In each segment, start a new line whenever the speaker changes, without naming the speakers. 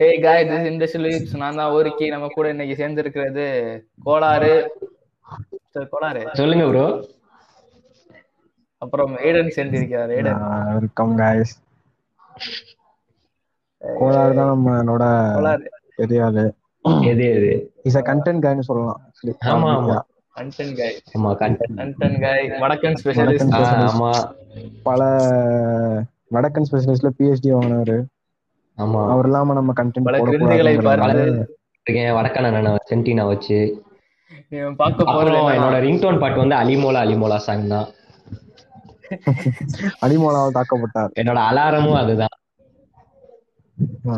Hey guys this இண்டஸ்ட்ரியலிப்ஸ் நான் தான் ஓரிக்கி நம்ம கூட இன்னைக்கு சேர்ந்திருக்கிறது கோளாறு Mr. கோளாறு
சொல்லுங்க ப்ரோ
அப்புறம் ஏடன் சேர்ந்திருக்கிறார் ஏடன்
வெல்கம் கைஸ் கோலார் தான் நம்மளோட
கோளாறு
பெரிய ஆளு
எது எது
இஸ் அ கண்டென்ட் கைன்னு சொல்லலாம் actually.
ஆமா, ஆமா.
கண்டன் காய்
ஆமா கண்டென்ட்
கண்டன் காய் வடக்கன் ஸ்பெஷலிஸ்ட்
வணக்கம்.
ஆமா
பல வடக்கன் ஸ்பெஷலிஸ்ட்ல பிஹெச்டி வாங்கினவரு
ஆமா
அவர் இல்லாம நம்ம கண்டென்ட்
பல கிருந்துகளை பார்த்து
இருக்கேன் வடக்கான நான் சென்டினா வச்சு
நீங்க பார்க்க போறது
அப்புறம் என்னோட
என்னன்னா,
ரிங்டோன் பாட்டு வந்து அலிமோலா அலிமோலா சாங் தான்
அடிமோலாவால் தாக்கப்பட்டார்
என்னோட அலாரமும் அதுதான்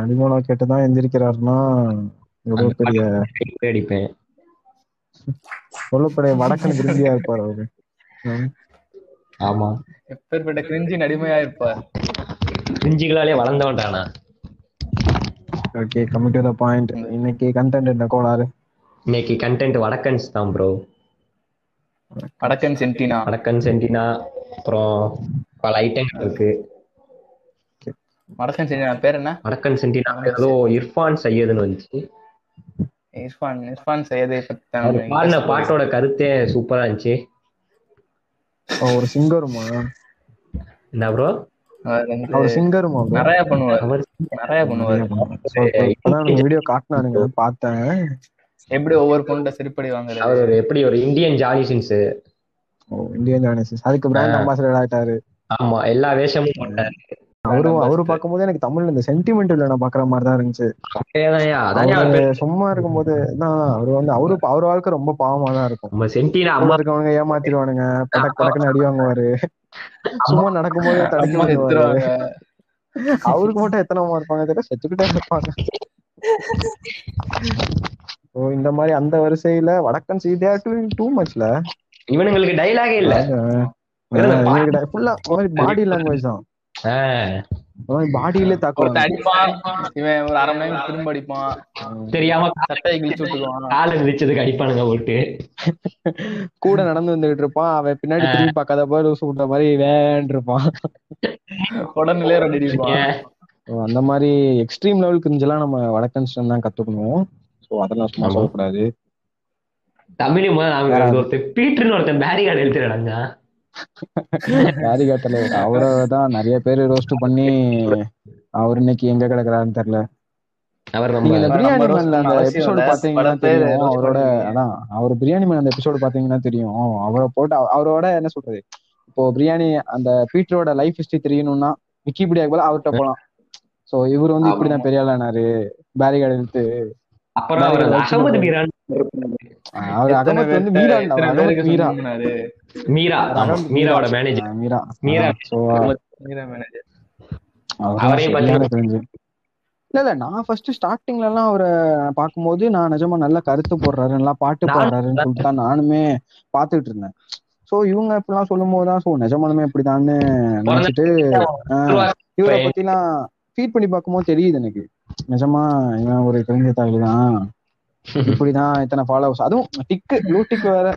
அடிமோலா கேட்டுதான் எந்திரிக்கிறாருன்னா எவ்வளவு பெரிய
ring அடிப்பேன்
எவ்வளவு பெரிய வடக்கன் விரும்பியா இருப்பார் அவரு ம்.
ஆமா
எப்பேற்பட்ட கிரிஞ்சின் அடிமையா இருப்பார்
கிரிஞ்சுகளாலே வளர்ந்தவன்டானா
okay coming to the point இன்னைக்கு கண்டென்ட் என்ன கோளாறு
இன்னைக்கு கண்டென்ட் வடக்கன்ஸ் தான் ப்ரோ
வடக்கன் சென்டினா
வடக்கன் சென்டினா அப்புறம் பல ஐட்டம் இருக்கு
வடக்கன் சென்டினா பேர் என்ன
வடக்கன் சென்டினா ஏதோ இர்ஃபான் சையதுன்னு வந்துச்சு
இர்ஃபான் இர்ஃபான் சையதை பத்தி தான்
அவர்
நம்ம
பாடின பாட்டோட கருத்தே சூப்பரா இருந்துச்சு
ஓ, ஒரு சிங்கருமா
என்ன ப்ரோ
அவர் வந்து
அவர் சிங்கருமா bro?
நிறைய பண்ணுவார்
அவர்
நிறைய பண்ணுவார்
So, இப்பதான் வீடியோ காட்டினானுங்க பார்த்தேன்
எப்படி ஒவ்வொரு பொண்ணுட செருப்படி வாங்குறது
அவர் ஒரு எப்படி ஒரு Indian jolly sins
oh, Indian ஜானசிஸ் அதுக்கு பிராண்ட் அம்பாசடர் ஆயிட்டாரு
ஆமா எல்லா வேஷமும் போட்டாரு
அவரு அவரு பார்க்கும்போது எனக்கு தமிழ்ல இந்த சென்டிமெண்டல் நான் பாக்குற மாதிரி தான் இருந்துச்சு
அதேதான்யா, அதான்யா அவர்
அவரு
பேரு.
சும்மா இருக்கும்போது தான் அவரு வந்து அவரு அவர் வாழ்க்கை ரொம்ப பாவமா தான் இருக்கும்
நம்ம சென்டினா
அம்மா
அம்மா
இருக்கவங்க ஏமாத்திடுவானுங்க படக் படக்குன்னு அடி வாங்குவாரு சும்மா நடக்கும்போது தடுக்கி
அம்மா
விடுவாரு
செத்துருவாங்க
அவருக்கு மட்டும் எத்தனை இருப்பாங்க தெரியல செத்துக்கிட்டே இருப்பாங்க ஓ இந்த மாதிரி அந்த வரிசையில வடக்கன் சீதே டூ மச்ல
இவனுங்களுக்கு டைலாகே இல்ல
ஃபுல்லா பாடி லாங்குவேஜ் தான்
ஆ,
பாடியிலே
ஒருத்தன்
தாக்குவாங்க
அடிப்பான் இவன் ஒரு அரை மணி நேரம் திரும்ப அடிப்பான்
தெரியாம
சட்டையை கிழிச்சு விட்டுக்குவான்
கால விதிச்சதுக்கு அடிப்பானுங்க போட்டு
கூட நடந்து வந்துகிட்டு இருப்பான் அவன் பின்னாடி திரும்பி பார்க்காத போய் லூசு விட்ட மாதிரி வேன் இருப்பான்
உடனே ரெண்டு அடிப்பான்
ஏன்?
ஓ, அந்த மாதிரி எக்ஸ்ட்ரீம் லெவல் கிரிஞ்செல்லாம் நம்ம வடக்கன்ஸ் தான் கத்துக்கணும் சோ அதெல்லாம் சும்மா
ஆமா.
சொல்லக்கூடாது
தமிழ் முதல் நாங்க வந்து ஒருத்தன் பீட்டர்னு ஒருத்தன் பேரிகார்டு எழுத்துறாங்க
ராதிகா தலைவர் அவரை தான் நிறைய பேர் ரோஸ்ட் பண்ணி அவர் இன்னைக்கு எங்க கிடக்குறாருன்னு தெரியல
அவர்
நீங்க இந்த
நம்ம
நம்ம roast பண்ண
பிரியாணி மேன் அந்த
அவசியம்
எபிசோடு
இல்ல.
பாத்தீங்கன்னா
பல பேர்
தெரியும்
roast
அவரோட
பண்ணுவீங்க.
அதான் அவர் பிரியாணி மேன் அந்த எபிசோடு பாத்தீங்கன்னா தெரியும் அவரை போட்டு அவ- அவரோட என்ன சொல்றது இப்போ பிரியாணி அந்த பீட்டரோட லைஃப் ஹிஸ்டரி தெரியணும்னா விக்கிபீடியாக்கு போல அவர்கிட்ட போலாம் சோ இவர் வந்து இப்படிதான் பெரிய ஆளானாரு பேரிகார்டு எடுத்து
அப்புறம் அவர் அகமது மீரான்
அவர்
எத்தனை
அகமத் வந்து
பேர்ட்ட-
மீரா இல்ல,
எத்தனை
அவர்
பேருக்கு
அகமத் மீரா
சொன்னாரு?
மீரா ஆமா, மீராவோட மேனேஜர்
ஆ, மீரா
மீரா.
So
Meera manager.
அவரையும்
அவரையும் தெரிஞ்சு இல்ல இல்ல நான் ஃபர்ஸ்ட் ஸ்டார்டிங்ல எல்லாம் அவரை பார்க்கும்போது நான் நிஜமா நல்லா கருத்து போடுறாரு நல்லா பாட்டு
நானும்
பாடுறாருன்னு சொல்லிட்டு தான் நானுமே பார்த்துட்டு இருந்தேன் சோ இவங்க இப்படிலாம் சொல்லும் போதுதான் சோ நிஜமானுமே இப்படிதான்னு நினைச்சிட்டு ஆஹ், இவரை பத்தி எல்லாம் ஃபீட் பண்ணி பார்க்கும்போது தெரியுது எனக்கு நிஜமா இவன் ஒரு தெரிஞ்ச தாய் தான் இப்படிதான் இத்தனை ஃபாலோவர்ஸ் அதுவும் டிக்கு ப்ளூ டிக் வேற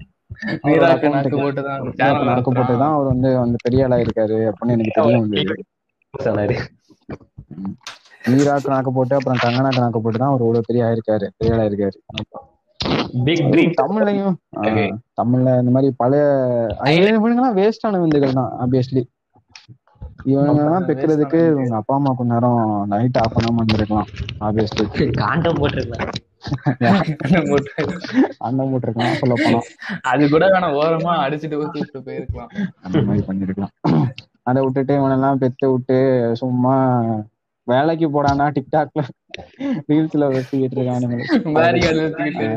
மீராக்கு நாக்கு போட்டு தான் channel
நடக்க போட்டு
நடத்துறான்.
தான் அவர் வந்து வந்து பெரிய ஆளா இருக்காரு அப்படின்னு எனக்கு தெரியும் வந்து
சொன்னாரு
மீரா கணக்கு போட்டு அப்புறம் கங்கனா கணக்கு போட்டு தான் அவர் இவ்வளவு பெரிய ஆயிருக்காரு பெரிய ஆளா இருக்காரு
பிக் ட்ரீம்
தமிழ்லயும் ஆ,
Okay.
தமிழ்ல இந்த மாதிரி பழைய இவனுங்கெல்லாம் வேஸ்டான விந்துகள் தான் ஆப்வியஸ்லி இவங்கெல்லாம் பெக்கிறதுக்கு இவங்க அப்பா அம்மா கொஞ்ச நேரம் நைட் ஆஃப் பண்ணாம இருந்திருக்கலாம் ஆப்வியஸ்லி
காண்டம் போட்டிருந்தாங்க
போட்டு.
அந்த போட்டிருக்கலாம் சொல்ல போலாம்
அது கூட வேணாம் ஓரமா அடிச்சுட்டு ஊத்தி விட்டு போயிருக்கலாம்
அந்த மாதிரி பண்ணிருக்கலாம் அதை விட்டுட்டு இவனெல்லாம் பெத்து விட்டு சும்மா வேலைக்கு போடானா டிக்டாக்ல ரீல்ஸ்ல வச்சுக்கிட்டு இருக்கானுங்க
வேரிகார்டு எடுத்துக்கிட்டு,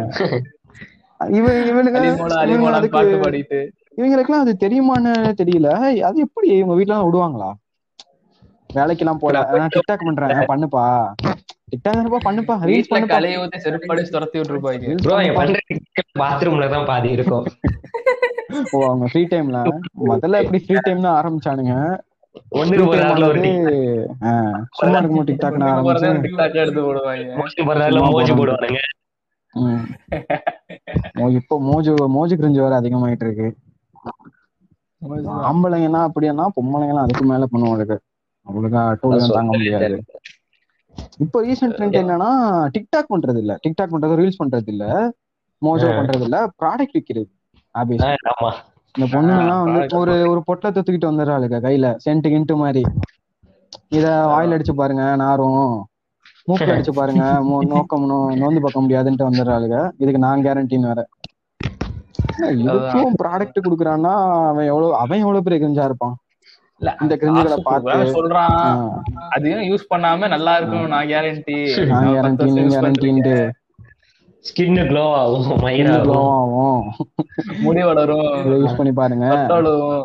இவன் இவனுக்கு
அலிமோலா,
இவனுங்க
அலிமோலான்னு
அதுக்கு
பாட்டு பாடிட்டு
இவங்களுக்குலாம் அது தெரியுமான்னு தெரியல அது எப்படி இவங்க வீட்ல எல்லாம் விடுவாங்களா வேலைக்கெல்லாம் போல ஆனா டிக்டாக் பண்றாங்க பண்ணுப்பா டிக்டாக் இருப்பா பண்ணுப்பா ரீல்ஸ்
வீட்டுல
பண்ணுப்பா
கலையை ஊத்தி செருப்பு அடிச்சு துரத்தி விட்டுருப்பாங்க
reels
ப்ரோ என்
பண்ணுப்பா.
பண்ற பாத்ரூம்ல தான் பாதி இருக்கும்
ஓ அவங்க ஃப்ரீ டைம்ல முதல்ல எப்படி ஃப்ரீ டைம்னு ஆரம்பிச்சானுங்க
ஒண்ணு
free
ஒரு
time
நாள்ல ஒரு
வந்து, ஆ, சும்மா இருக்கும்போது டிக்டாக்னு
போறதே
ஆரம்பிச்சு
டிக்டாக் எடுத்து போடுவாங்க
மோஜி ஒரு நாள்ல மோஜி போடுவானுங்க
ம். ஓ, இப்போ மோஜு மோஜு கிரிஞ்சு வேற அதிகமாயிட்டு இருக்கு ஆம்பளைங்கன்னா அப்படின்னா பொம்பளைங்கலாம் அதுக்கு மேல பண்ணுவாளுக்கு அவளுக்கு அட்டூழியம் தாங்க முடியாது இப்போ ரீசெண்ட் ட்ரெண்ட் என்னன்னா டிக்டாக் பண்றது இல்ல டிக்டாக் பண்றது ரீல்ஸ் பண்றது இல்ல மோஜோ பண்றது இல்ல ப்ராடக்ட் விக்கிறது ஆபீஸ்
ஆமா
இந்த பொண்ணுலாம் வந்து ஒரு ஒரு பொட்டலத்தை தூக்கிட்டு வந்துடுறாளுங்க கையில சென்ட் கிண்டு மாதிரி இத வாயில அடிச்சு பாருங்க நாரும் மூக்குல அடிச்சு பாருங்க மோ- நோக்கம் நோ- நோந்து பார்க்க முடியாதுன்ட்டு வந்துடுறாளுங்க இதுக்கு நான் கேரண்டின்னு வேற என்ன, இதுக்கும் ப்ராடக்ட் குடுக்குறான்னா அவன் எவ்வளவு அவன் எவ்வளவு பெரிய கிரிஞ்சா இருப்பான்
இல்ல,
இந்த கிரிஞ்சுகளை
காசு
பார்த்து
கொடுக்குறாங்க சொல்றான்
ஆ,
அதையும் யூஸ் பண்ணாம நல்லா இருக்கும் நான் கேரண்டி
நான் கேரண்டி நீ கேரண்டின்ட்டு
ஸ்கின் க்ளோ ஆகும்
இன்னும்
மயிராகும்
கோவம் ஆகும்
முடி வளரும்
இதை யூஸ் பண்ணி பாருங்க
வளரும்,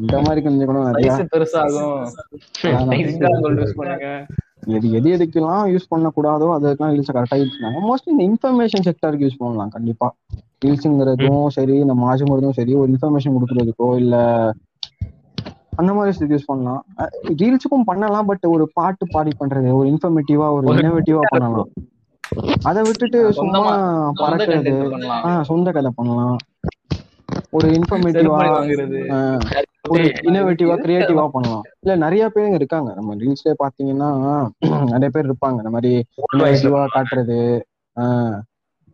இந்த மாதிரி கிரிஞ்சு கூட நிறைய
வயசு பெருசாகும் ரிங்காங்கல் யூஸ் பண்ணுங்க
எது எது எதுக்கெல்லாம் யூஸ் பண்ணக்கூடாதோ அதுக்கெல்லாம் ரீல்ஸை கரெக்டாக யூஸ் பண்ணாங்க மோஸ்ட்லி இந்த இன்ஃபர்மேஷன் செக்டருக்கு யூஸ் பண்ணலாம் கண்டிப்பா ரீல்ஸுங்கிறதும் சரி இந்த மாசுங்கிறதும் சரி ஒரு இன்ஃபர்மேஷன் கொடுக்கறதுக்கோ இல்ல அந்த மாதிரி விஷயத்துக்கு யூஸ் பண்ணலாம் ரீல்ஸுக்கும் பண்ணலாம் பட் ஒரு பாட்டு பாடி பண்றது ஒரு இன்ஃபர்மேட்டிவா ஒரு இன்னோவேட்டிவா பண்ணலாம் அதை விட்டுட்டு சும்மா
சொந்தமா- சொந்த
பறக்கிறது
content பண்ணலாம்.
ஆஹ் சொந்த கதை பண்ணலாம் ஒரு இன்ஃபர்மேட்டிவா
செருப்படி வாங்குறது
ஒரு இன்னோவேட்டிவா கிரியேட்டிவா பண்ணலாம் இல்ல நிறைய பேருங்க இருக்காங்க நம்ம ரீல்ஸ்ல பாத்தீங்கன்னா நிறைய பேர் இருப்பாங்க இந்த மாதிரி கிரியேட்டிவா காட்டுறது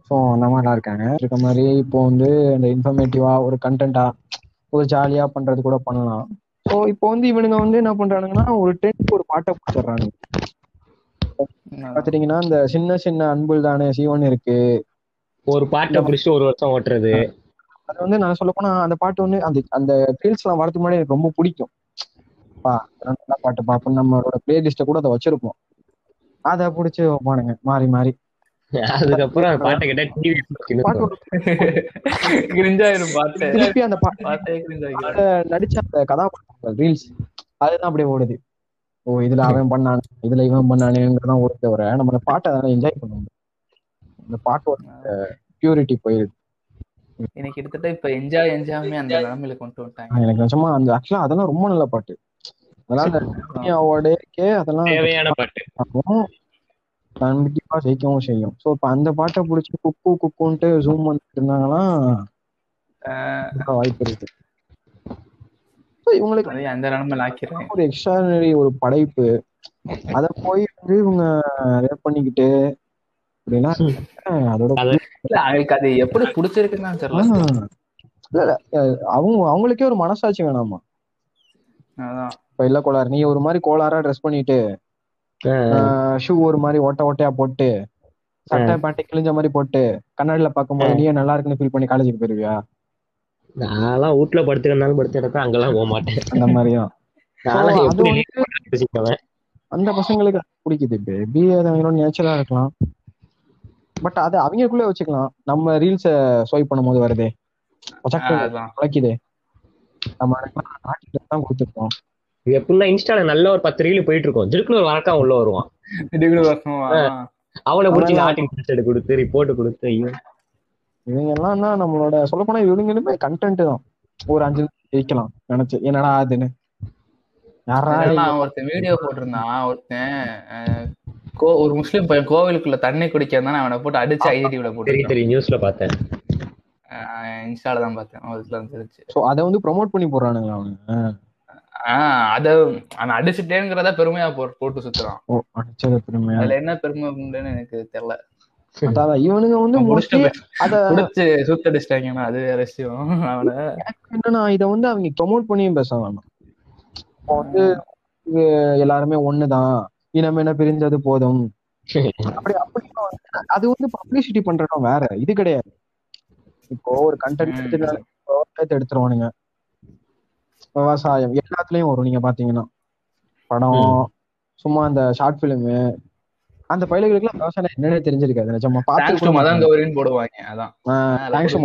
ஸோ அந்த மாதிரிலாம் இருக்காங்க இருக்க மாதிரி இப்போ வந்து இந்த இன்ஃபர்மேட்டிவா ஒரு கண்டென்ட்டா ஒரு ஜாலியா பண்றது கூட பண்ணலாம் ஸோ இப்போ வந்து இவனுங்க வந்து என்ன பண்றானுங்கன்னா ஒரு டென்ட் ஒரு பாட்டை போட்டுறாங்க பாத்துட்டீங்கன்னா இந்த சின்ன சின்ன அன்புல் தானே சீவன் இருக்கு
ஒரு பாட்டை பிடிச்சிட்டு ஒரு வருஷம் ஓட்டுறது
அது வந்து நான் சொல்ல போனா அந்த பாட்டு வந்து அந்த அந்த ரீல்ஸ் எல்லாம் வரதுக்கு முன்னாடி எனக்கு ரொம்ப பிடிக்கும் பா இதெல்லாம் நல்ல பாட்டு பாப்போம் நம்மளோட பிளேலிஸ்ட கூட அதை வச்சிருப்போம் அதை பிடிச்சி வைப்பானுங்க மாறி மாறி
அதுக்கப்புறம் அந்த பாட்டை கேட்டா டிவி
பாட்டு ஒரு-
கிரிஞ்சாயிரும் பாட்டு
திருப்பி அந்த பாட்டு
பாட்டே கிரிஞ்சாயிரும்
நடிச்ச அந்த கதாபாத்திரங்கள் ரீல்ஸ் அதுதான் அப்படியே ஓடுது ஓ இதுல அவன் பண்ணானு இதுல இவன் பண்ணானுங்கிறதான் ஓடுது தவிர நம்ம அந்த பாட்டை அதனால என்ஜாய் பண்ணுவோம் அந்த பாட்டோட பியூரிட்டி போயிருது
எனக்கு கிட்டத்தட்ட இப்ப என்ஜாய் என்ஜாய்மே அந்த நிலைமையில கொண்டு வந்துட்டாங்க
எனக்கு நிஜமா அந்த ஆக்சுவலா அதெல்லாம் ரொம்ப நல்ல பாட்டு அதெல்லாம் அந்த அவார்டுக்கே அதெல்லாம்
தேவையான பாட்டு
ஆகும் கண்டிப்பா ஜெயிக்கவும் செய்யும் சோ இப்ப அந்த பாட்டை புடிச்சு குக்கு குக்குன்ட்டு ஜூம் பண்ணிட்டு இருந்தாங்கன்னா
ஆஹ்
இருக்க வாய்ப்பு இருக்கு So, இவங்களுக்கு
அதையும் அந்த நிலைமையில ஆக்கிறேன்
ஒரு எக்ஸ்ட்ரானரி ஒரு படைப்பு அத போய் வந்து இவங்க ரேப் பண்ணிக்கிட்டு அப்படின்னா அஹ் அதோட
அது-
இல்ல அவங்களுக்கு அது எப்படி பிடிச்சிருக்குன்னு தெரியல
ஆஹ் இல்ல இல்ல அஹ் அவங்க அவங்களுக்கே ஒரு மனசாட்சி வேணாமா
அதான்
இப்ப இல்ல கோளாறு நீ ஒரு மாதிரி கோளாறா ட்ரெஸ் பண்ணிட்டு ஷூ ஒரு மாதிரி ஓட்ட ஓட்டையா போட்டு சட்டை பேண்டை கிழிஞ்ச மாதிரி போட்டு கண்ணாடியில பார்க்கும்போது நீயே நல்லா இருக்குன்னு ஃபீல் பண்ணி காலேஜுக்கு போயிருவியா
நான்லாம் வீட்டுல படுத்துக்கிறனாலும் படுத்து கிடப்பேன் அங்கெல்லாம் போக மாட்டேன்
அந்த மாதிரிதான்
நான்லாம்
அது
எப்படி
வந்து-
நீ யோசிப்பவன்.
அந்த பசங்களுக்கு அது பிடிக்குது பேபி அது அவங்களோட நேச்சரா இருக்கலாம் பட் அது அவங்களுக்குள்ள வச்சுக்கலாம் நம்ம ரீல்ஸ ஸ்வைப் பண்ணும்போது வருதே
ஆஹ்
உசக்கு
அதான்
உழைக்குதே நம்ம அதுக்கெல்லாம் நாட்டுல தான் கொடுத்துருக்கோம்
இது எப்படின்னா இன்ஸ்டால நல்ல ஒரு பத்து ரீல் போயிட்டு இருக்கும் ஜிலுக்குன்னு ஒரு வரக்கா உள்ள வருவான்
டிகிரி வருஷமா
அவனை பிடிச்சி
அவன்லாம்
ஆட்டிங் எடுத்து கொடுத்து ரிப்போர்ட் கொடுத்து ஐயோ
இவங்க எல்லாம் தான் நம்மளோட சொல்ல போனா இவங்களுமே கண்டென்ட் தான் ஒரு அஞ்சு நிமிஷம் ஜெயிக்கலாம் நினைச்சு என்னடா அதுன்னு யாரா
அதெல்லாம் அவன் ஒருத்தன் வீடியோ போட்டிருந்தான் ஒருத்தன் அஹ், கோ- ஒரு முஸ்லீம் பையன் கோவிலுக்குள்ள தண்ணி குடிக்க இருந்தான் அவனை போட்டு அடிச்சு ஐடிடிவில
தெரிய
போட்டு
தெரியும் நியூஸ்ல பார்த்தேன்
இன்ஸ்டால தான் பார்த்தேன் அவருக்குல வந்துருச்சு
சோ அதை வந்து ப்ரோமோட் பண்ணி போடுறானுங்களா அவனுங்க
ஆஹ் அத அவன் அடிச்சுட்டேங்கிறத பெருமையா போ- போட்டு சுத்துறான்
ஓ அடிச்சது பெருமையா
அதுல என்ன பெருமை அப்படின்னு எனக்கு தெரியல
அதான் அதான் இவனுங்க வந்து
அவன்
மோஸ்ட்லி
முடிச்சுட்டு
அத
குடிச்சு சுத்தடிச்சிட்டாங்கன்னா அது வேற விஷயம் அவனை
என்னன்னா இத வந்து அவங்க ப்ரொமோட் பண்ணியும் பேச வேணாம் இப்போ வந்து இது எல்லாருமே ஒண்ணுதான் இனம் என பிரிந்தது போதும் அப்படி அப்படின்னா வந்து அது வந்து பப்ளிசிட்டி பண்றதும் வேற இது கிடையாது இப்போ ஒரு
ம்.
கண்டென்ட் எடுத்துக்கலாம் எடுத்துருவானுங்க விவசாயம் எல்லாத்துலயும் வரும் நீங்க பாத்தீங்கன்னா படம் சும்மா அந்த ஷார்ட் பிலிமு அந்த பயலுகளுக்குலாம் விவசாயம் என்னன்னே தெரிஞ்சிருக்காது நிஜமா
தேங்க்ஸ் டு மதன் கௌரின்னு போடுவாங்க அதான்
தேங்க்ஸ்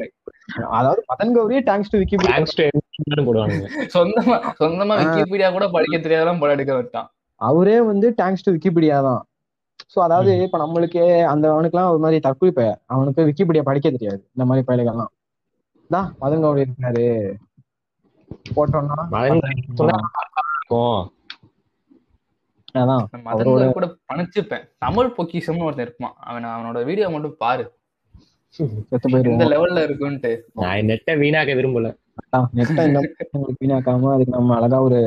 அதாவது மதன் கௌரியே thanks to Wiki
thanks to போடுவானுங்க
சொந்தமா சொந்தமா விக்கிபீடியா கூட படிக்க தெரியாதெல்லாம் படம் எடுக்க விட்டான்
அவரே வந்து தேங்க்ஸ் டு விக்கிபீடியா தான் ஸோ அதாவது இப்போ நம்மளுக்கே அந்த அவனுக்குலாம் ஒரு மாதிரி தற்கொலை பெயர் அவனுக்கு விக்கிபீடியா படிக்க தெரியாது இந்த மாதிரி பயலுகள்லாம் தான் மதன் கௌரி இருக்காரு போட்டோம்னா
மதன் சொன்னா இருக்கும்
அதான்
இந்த மதன் கௌரி கூட பணிச்சுப்பேன் தமிழ் பொக்கிஷம்னு ஒருத்தன் இருப்பான் அவன் அவனோட வீடியோ மட்டும் பாரு
செத்து
எந்த
போயிருவோம்
லெவல்ல இருக்குன்ட்டு
நான் நெட்டை வீணாக்க விரும்பல
அதான், next time இந்த மாதிரி உங்களுக்கு வீணாக்காம அதுக்கு நம்ம அழகா ஒரு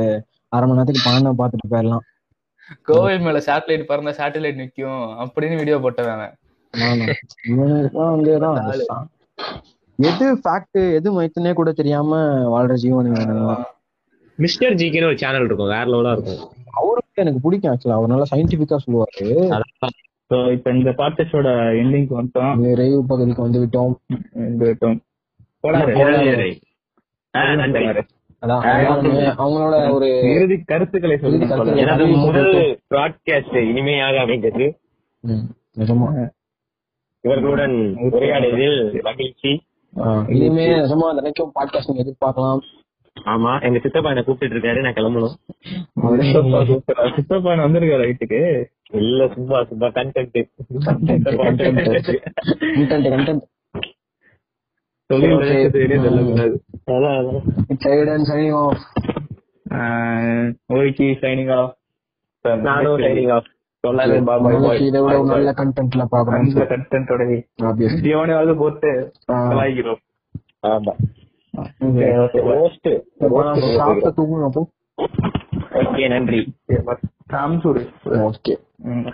அரை மணி நேரத்துக்கு பணம் பார்த்துட்டு போயிடலாம்
கோவை மேல சேட்டலைட் பறந்தா சேட்டலைட் நிக்கும் அப்படின்னு வீடியோ போட்டவன் அவன்.
ஆமா. இவன் இருக்கான், அங்க இருக்கான், அவன் இருக்கான். எது ஃபேக்ட் எது மைத்துனே கூட தெரியாம வாழ்ற ஜீவனுங்க இவனுங்கெல்லாம்.
மிஸ்டர் ஜிகேன்னு ஒரு சேனல் இருக்கும் வேற லெவலா இருக்கும்
அவருக்கு எனக்கு பிடிக்கும் ஆக்சுவலா அவர் நல்லா சயின்டிபிக்கா சொல்லுவாரு
ஸோ இப்போ இந்த பாட்காஸ்டோட எண்டிங்க்கு வந்துட்டோம்
நிறைவு பகுதிக்கு வந்து விட்டோம்
இந்த விட்டோம் போலாரு. ஆ, நன்றி.
அதான்
ஆ,
அவங்களுமே அவங்களோட ஒரு
இறுதி கருத்துக்களை
இறுதி கருத்துக்களை.
சொல்லுங்க
எனது முதல் பிராட்காஸ்ட் இனிமையாக அமைந்தது
ம், நிஜமா
இவர்களுடன் உரையாடியதில் மகிழ்ச்சி
ஆ, இனிமே நிஜமா நினைக்கும் பாட்காஸ்ட் நீங்க எதிர்பார்க்கலாம்
ஆமா எங்க சித்தப்பா என்ன கூப்பிட்டு இருக்காரு நான் கிளம்பணும்
சித்தப்பா சூப்பரா. சித்தப்பா வந்திருக்காரு வீட்டுக்கு
இல்ல சும்மா சும்மா கண்டென்ட்
கண்டென்ட் கண்டென்ட்
சொல்லி வச்சது வெளியே
mm,
சொல்லக்கூடாது
it's Aidan signing off
okay signing off
நானும் signing off.
சொல்லாதே பாபாய் பாய்
இதை விட ஒரு நல்ல கண்டென்ட்ல பாக்குறோம்
அந்த கண்டென்ட்டோட
ஆப்வியஸ்
ஜீவனையாவது போட்டு கலாய்க்கிறோம்
ஆமா Roast.
சாப்பிட்ட தூங்குங்க அப்போ
ஓகே நன்றி
ராம் சூடு
ஓகே
ம்.